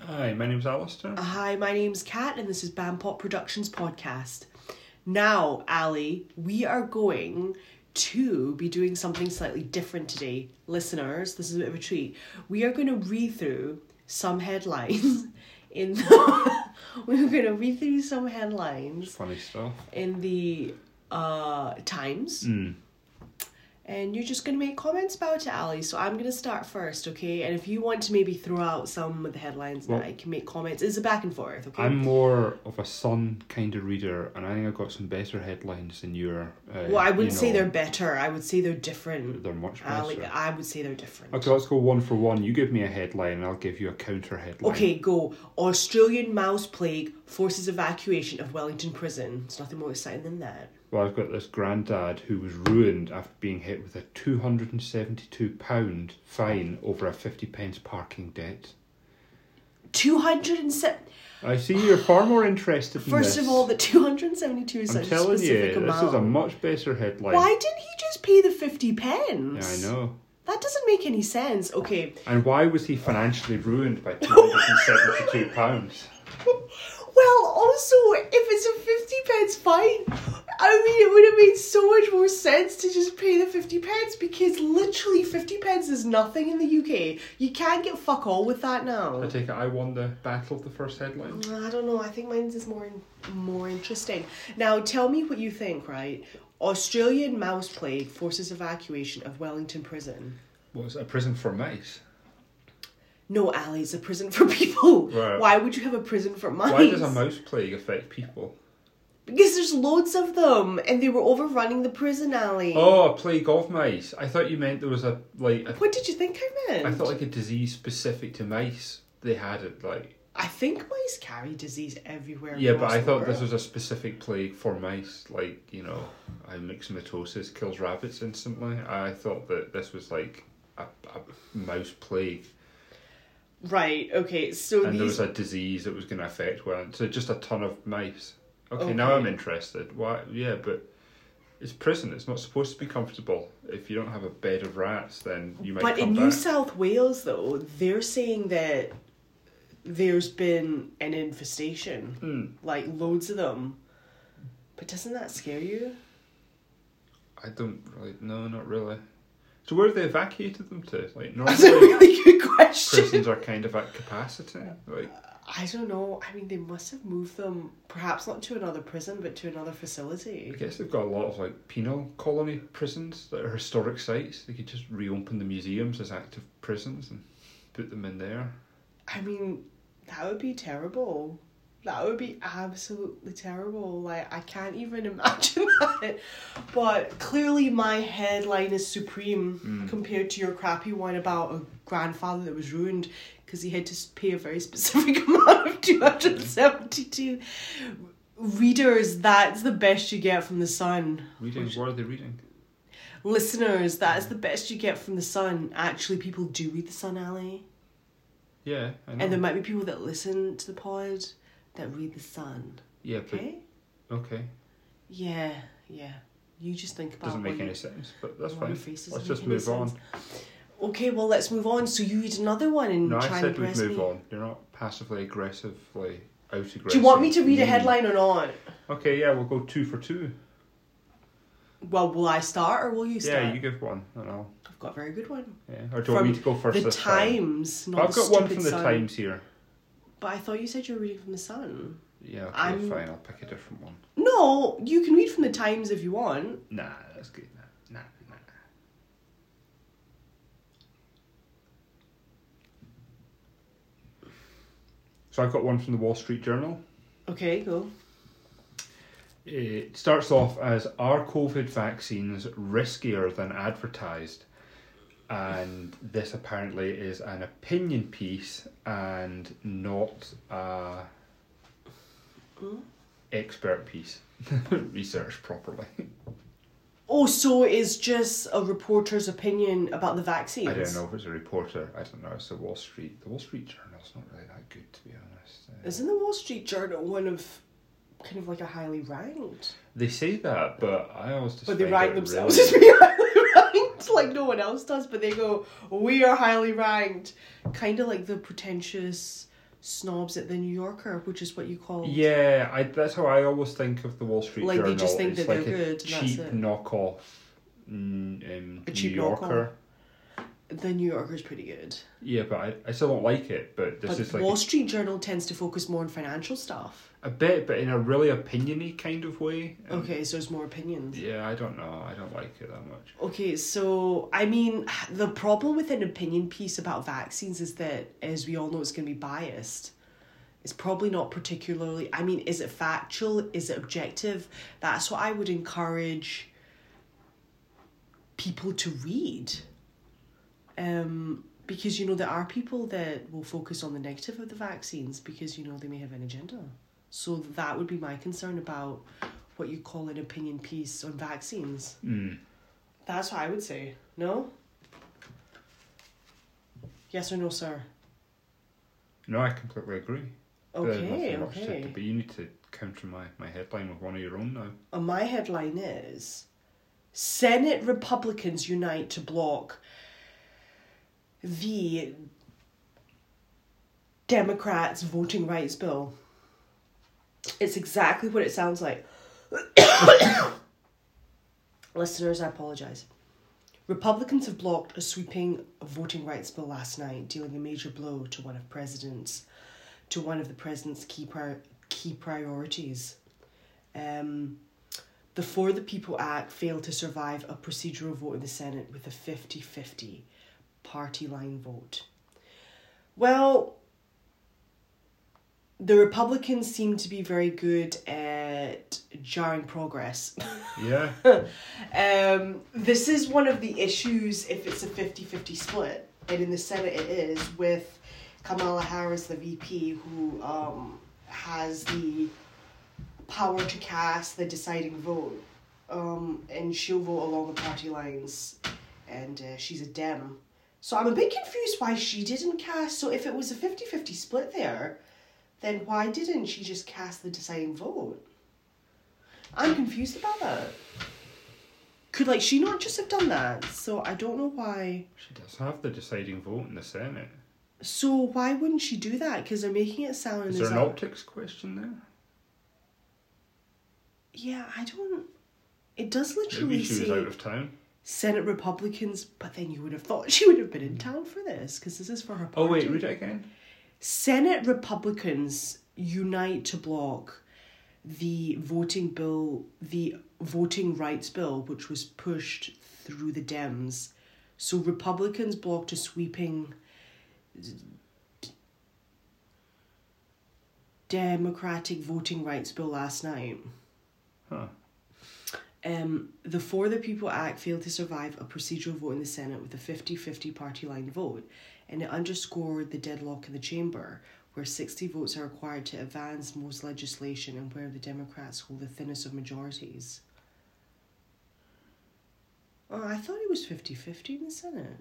Hi, my name's Alistair. Um, Hi, my name's Kat, and this is Bampop Productions podcast. Now, Ali, we are going to be doing something slightly different today. Listeners, this is a bit of a treat. We are going to read through some headlines in the, we're going to read through some headlines Funny stuff. in the uh Times. Mm. And you're just going to make comments about it, Ali. So I'm going to start first, okay? And if you want to maybe throw out some of the headlines Well- that I can make comments, it's a back and forth, okay? I'm more of a sun kind of reader, and I think I've got some better headlines than your. Uh, Well, I wouldn't you say know, they're Ah, better. I would say they're different. They're much better. Ali, I would say they're different. okay, let's go one for one. You give me a headline, and I'll give you a counter headline. Okay, go. Australian mouse plague forces evacuation of Wellington prison. It's nothing more exciting than that. Well, I've got this granddad who was ruined after being hit with a two hundred and seventy-two pound fine over a fifty pence parking debt. 207. I see you're far more interested. in First this. of all, the 272 is I'm such a telling specific you, amount. this is a much better headline. Why didn't he just pay the 50 pence? Yeah, I know. That doesn't make any sense. Okay. And why was he financially ruined by two hundred and seventy-two pounds? Well, also, if it's a 50 pence fine, I mean, it would have made so much more sense to just pay the 50 pence because literally 50 pence is nothing in the UK. You can't get fuck all with that I now. take it I won the battle of the first headline. I don't know, I think mine's is more, more interesting. Now, tell me what you think, right? Australian mouse plague forces evacuation of Wellington prison. Was a prison for mice? No, Ali, it's a prison for people. Right. Why would you have a prison for mice? Why does a mouse plague affect people? Because there's loads of them, and they were overrunning the prison alley. Oh, a plague of mice. I thought you meant there was a like. A, What did you think I meant? I thought like a disease specific to mice. They had it like. I think mice carry disease everywhere. Yeah, but across I the thought this was world. a specific plague for mice. Like you know, I myxomatosis kills rabbits instantly. I thought that this was like a, a mouse plague, right. Okay, so and there was these. a disease that was going to affect well. So just a ton of mice. Okay, now Okay. I'm interested. Why? Yeah, but. It's prison. It's not supposed to be comfortable. If you don't have a bed of rats, then you might. But come in New back. South Wales, though, they're saying that there's been an infestation, Hmm. like loads of them. But doesn't that scare you? I don't really. No, not really. So where have they evacuated them to? Like That's a normally really good question. prisons are kind of at capacity. Like I don't know. I mean, they must have moved them, perhaps not to another prison, but to another facility. I guess they've got a lot of like penal colony prisons that are historic sites. They could just reopen the museums as active prisons and put them in there. I mean, that would be terrible. That would be absolutely terrible. Like, I can't even imagine that. But clearly, my headline is supreme compared to your crappy one about a grandfather that was ruined because he had to s- pay a very specific amount of 272 readers. That's the best you get from the sun. Reading. What are they reading? Listeners, that is the best you get from the sun. Actually, people do read the sun, Alley. Yeah, I know. And there might be people that listen to the pod that read The Sun. yeah, but Okay? okay, Yeah, yeah. You just think about doesn't make what any you- sense. But that's Well, fine. your face Let's doesn't just make any move on. sense. Okay, well, let's move on. So you read another one and No, I try and said we'd impress move me. on. You're not passively aggressively out aggressive. Do you want me to read a headline or not? Okay, yeah, we'll go two for two. Well, will I start or will you start? Yeah, you give one, and I'll. I've got a very good one. Yeah. Or do you want From me to go first the this time? Times, not I've the got one stupid from the Sun. Times here. But I thought you said you were reading from The Sun. Yeah, okay, I'm- fine. I'll pick a different one. No, you can read from the Times if you want. Nah, that's good. Nah, nah, nah. So I've got one from the Wall Street Journal. Okay, go. It starts off as are COVID vaccines riskier than advertised? And this apparently is an opinion piece and not a Hmm? expert piece. Research properly. Oh, so it's just a reporter's opinion about the vaccines. I don't know if it's a reporter. I don't know. It's the Wall Street. The Wall Street Journal's not really that good, to be honest. Uh, Isn't the Wall Street Journal one of kind of like a highly ranked? they say that, but I always just But they find rank it themselves really- as being highly ranked, like no one else does. But they go, we are highly ranked, kind of like the pretentious snobs at the New Yorker, which is what you call Yeah, I, that's how I always think of the Wall Street Like, Journal. they just think it's that they're like a good and that's cheap it. knockoff. mm, Um, A cheap New Yorker. knockoff. the New Yorker's pretty good. Yeah, but I, I still don't like it. But this But is like Wall Street Journal tends to focus more on financial stuff. a bit, but in a really opiniony kind of way. And Okay, so it's more opinions. Yeah, I don't know. I don't like it that much. Okay, so I mean, the problem with an opinion piece about vaccines is that, as we all know, it's going to be biased. It's probably not particularly, I mean, is it factual? Is it objective? That's what I would encourage people to read. Um, because, you know, there are people that will focus on the negative of the vaccines because, you know, they may have an agenda. So that would be my concern about what you call an opinion piece on vaccines. Mm. That's what I would say. No? Yes or no, sir? No, I completely agree. There's Okay, nothing much to- okay. but you need to counter my, my headline with one of your own now. Uh, my headline is Senate Republicans unite to block the Democrats' voting rights bill. It's exactly what it sounds like. Listeners, I apologize. Republicans have blocked a sweeping voting rights bill last night, dealing a major blow to one of presidents to one of the president's key prior, key priorities. Um, the For the People Act failed to survive a procedural vote in the Senate with a 50 50 party line vote. Well, the Republicans seem to be very good at jarring progress. Yeah, Um, this is one of the issues if it's a 50 50 split, and in the Senate it is, with Kamala Harris, the VP, who um, has the power to cast the deciding vote. Um, and she'll vote along the party lines, and uh, she's a Dem. So I'm a bit confused why she didn't cast. So if it was a 50 50 split there, then why didn't she just cast the deciding vote? I'm confused about that could like she not just have done that? So I don't know why. she does have the deciding vote in the Senate. So why wouldn't she do that? Because they're making it sound Is as there an though- optics question there? Yeah, I don't. It does Maybe literally she was out say of town. Senate Republicans, but then you would have thought she would have been in town for this because this is for her. Oh wait, party. read it again. Senate Republicans unite to block the voting bill, the voting rights bill, which was pushed through the Dems. So Republicans blocked a sweeping Democratic voting rights bill last night. Huh. Um, the For the People Act failed to survive a procedural vote in the Senate with a 50 50 party line vote, and it underscored the deadlock in the chamber, where 60 votes are required to advance most legislation and where the Democrats hold the thinnest of majorities. Oh, I thought it was 50 50 in the Senate,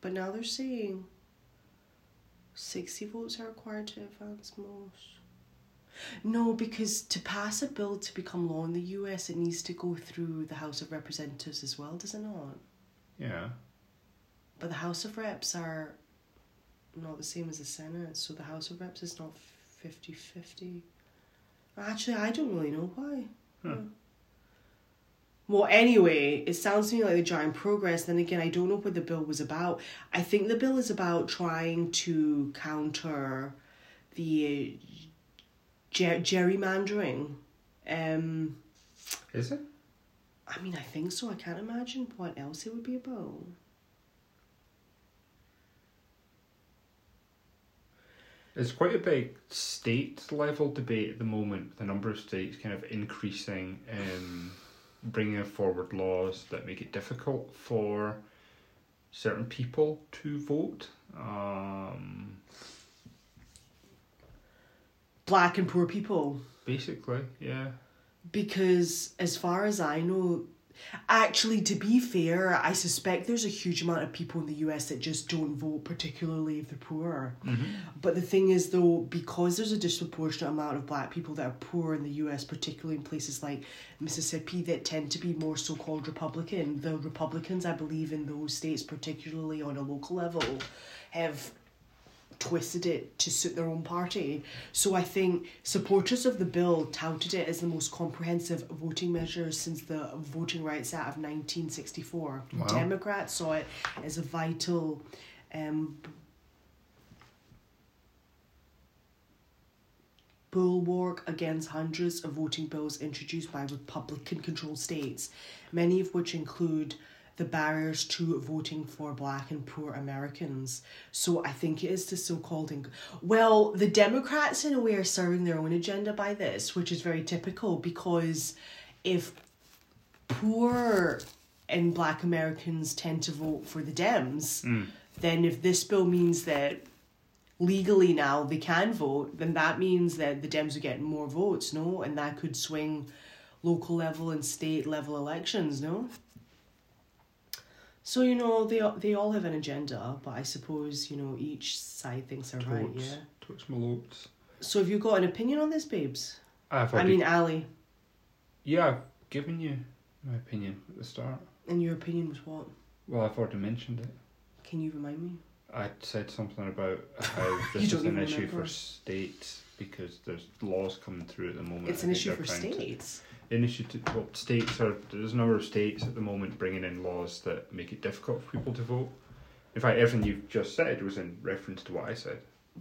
but now they're saying 60 votes are required to advance most. No, because to pass a bill to become law in the US, it needs to go through the House of Representatives as well, does it not? Yeah. But the House of Reps are not the same as the Senate, so the House of Reps is not 50 50. Actually, I don't really know why. Huh. Well, anyway, it sounds to me like the giant progress. Then again, I don't know what the bill was about. I think the bill is about trying to counter the uh, ger- gerrymandering. Um, Is it? I mean, I think so. I can't imagine what else it would be about. It's quite a big state level debate at the moment. with The number of states kind of increasing, um, bringing forward laws that make it difficult for certain people to vote. Um, Black and poor people. basically, yeah. because as far as I know, actually, to be fair, I suspect there's a huge amount of people in the US that just don't vote, particularly if they're poor. But the thing is, though, because there's a disproportionate amount of black people that are poor in the US, particularly in places like Mississippi that tend to be more so called Republican, the Republicans, I believe, in those states, particularly on a local level, have twisted it to suit their own party. So I think supporters of the bill touted it as the most comprehensive voting measure since the Voting Rights Act of 1964. Wow. Democrats saw it as a vital um, bulwark against hundreds of voting bills introduced by Republican controlled states, many of which include the barriers to voting for black and poor Americans. So I think it is the so called. Inc- well, the Democrats, in a way, are serving their own agenda by this, which is very typical because if poor and black Americans tend to vote for the Dems, Mm. then if this bill means that legally now they can vote, then that means that the Dems are getting more votes, no? And that could swing local level and state level elections, no? So you know they all- they all have an agenda, but I suppose you know each side thinks they're right, Totes. yeah. Totes my lotes. So have you got an opinion on this, babes? I've I already, mean, Ali, yeah, I've given you my opinion at the start. and your opinion was what? Well, I've already mentioned it. Can you remind me? I said something about how this You is don't an even issue for remember. states because there's laws coming through at the moment. It's I an think issue they're for trying to- states. An issue to well, states are there's a number of states at the moment bringing in laws that make it difficult for people to vote. In fact, everything you've just said was in reference to what I said.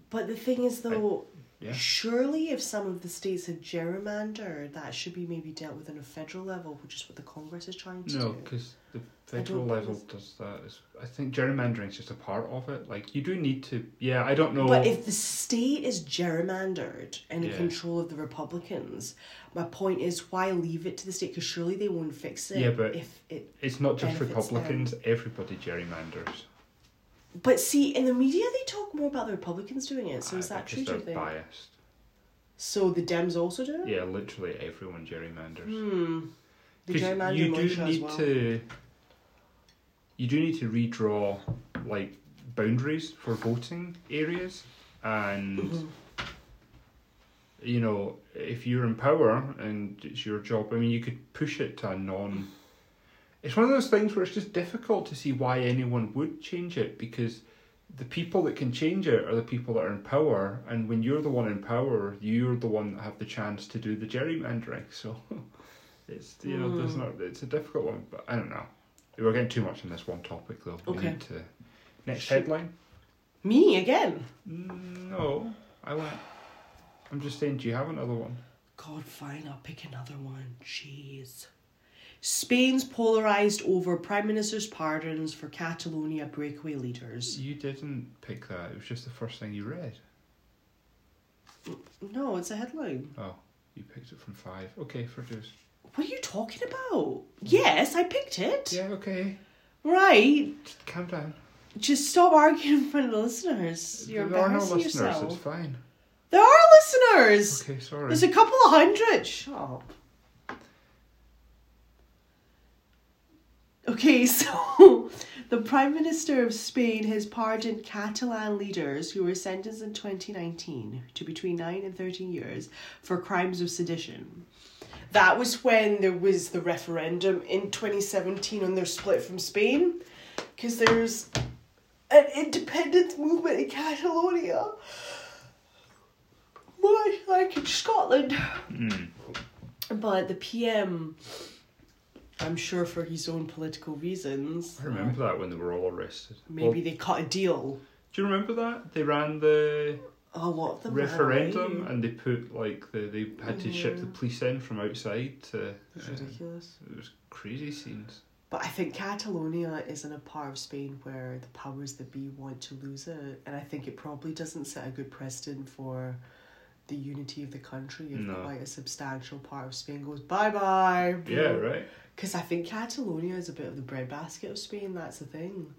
But the thing is, though, yeah. surely if some of the states had gerrymandered, that should be maybe dealt with on a federal level, which is what the Congress is trying to No, do. because the don't federal think level does that. As, I think gerrymandering's just a part of it. Like you do need to. Yeah, I don't know. But if the state is gerrymandered and in Yeah. control of the Republicans, my point is why leave it to the state? Because surely they won't fix it. Yeah, but- if it. it's not just benefits them. Republicans. Everybody gerrymanders. But see, in the media, they talk more about the Republicans doing it. So Uh, is that true? because Do they're you think? biased. So the Dems also do it. Yeah, literally everyone gerrymanders. Hmm. The 'Cause gerrymander you do militia as need well. to. You do need to redraw like boundaries for voting areas, and Mm-hmm. you know if you're in power and it's your job. I mean, you could push it to a non. It's one of those things where it's just difficult to see why anyone would change it because the people that can change it are the people that are in power, and when you're the one in power, you're the one that have the chance to do the gerrymandering. So it's you know Hmm. there's not it's a difficult one, but I don't know. We're getting too much on this one topic though. We Okay. need to next Should- headline. Me again. No, I went. I'm just saying. Do you have another one? God, fine, I'll pick another one. Jeez. Spain's polarized over Prime Minister's pardons for Catalonia breakaway leaders. You didn't pick that. It was just the first thing you read. No, it's a headline. Oh, you picked it from five. Okay, for dues. What are you talking about? Yes, I picked it. Yeah. Okay. Right. Just calm down. Just stop arguing in front of the listeners. You're there are no embarrassing listeners. yourself. It's fine. There are listeners. Okay. Sorry. There's a couple of hundred. Shut up. Okay, so the Prime Minister of Spain has pardoned Catalan leaders who were sentenced in 2019 to between 9 and 13 years for crimes of sedition. That was when there was the referendum in 2017 on their split from Spain, because there's an independence movement in Catalonia, much like in Scotland. Hmm. But the PM, I'm sure for his own political reasons, I remember that when they were all arrested. maybe Well, they cut a deal. do you remember that they ran the A lot of them ran referendum away. and they put like the they had to ship the police in from outside to. It's uh, ridiculous. It was crazy scenes. But I think Catalonia is in a part of Spain where the powers that be want to lose it, and I think it probably doesn't set a good precedent for the unity of the country if No. quite a substantial part of Spain goes bye bye. Yeah, right. Because I think Catalonia is a bit of the breadbasket of Spain, that's the thing.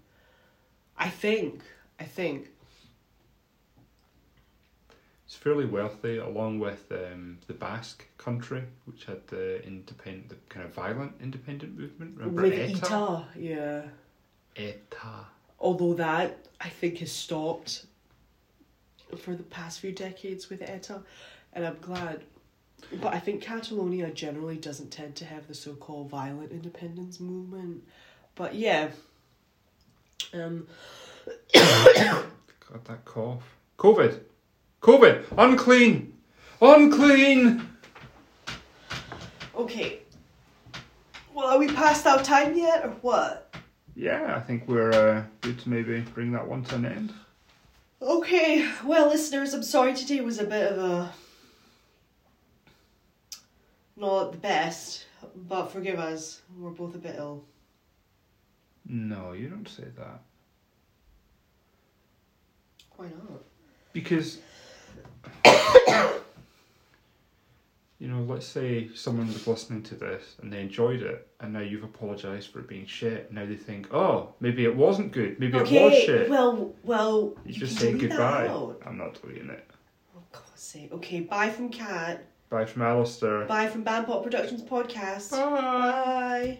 I think, I think. It's fairly wealthy, along with um, the Basque country, which had the independent, the kind of violent independent movement. Remember With ETA? Ita, yeah. ETA. Although that, I think, has stopped for the past few decades with ETA, and I'm glad. But I think Catalonia generally doesn't tend to have the so called violent independence movement. But yeah. Um, God, that cough. COVID. COVID. Unclean. Unclean. Okay. Well, are we past our time yet, or what? Yeah, I think we're uh, good to maybe bring that one to an end. Okay. Well, listeners, I'm sorry today was a bit of a not the best, but forgive us. We're both a bit ill. No, you don't say that. Why not? Because, you know, let's say someone was listening to this and they enjoyed it, and now you've apologised for it being shit. Now they think, oh, maybe it wasn't good. Maybe it was shit. Well, well. you can just say delete that goodbye. out. I'm not deleting it. Oh God's sake. Okay. Bye from Cat. Bye from Alistair. Bye from Bandpop Productions podcast. Bye. Bye.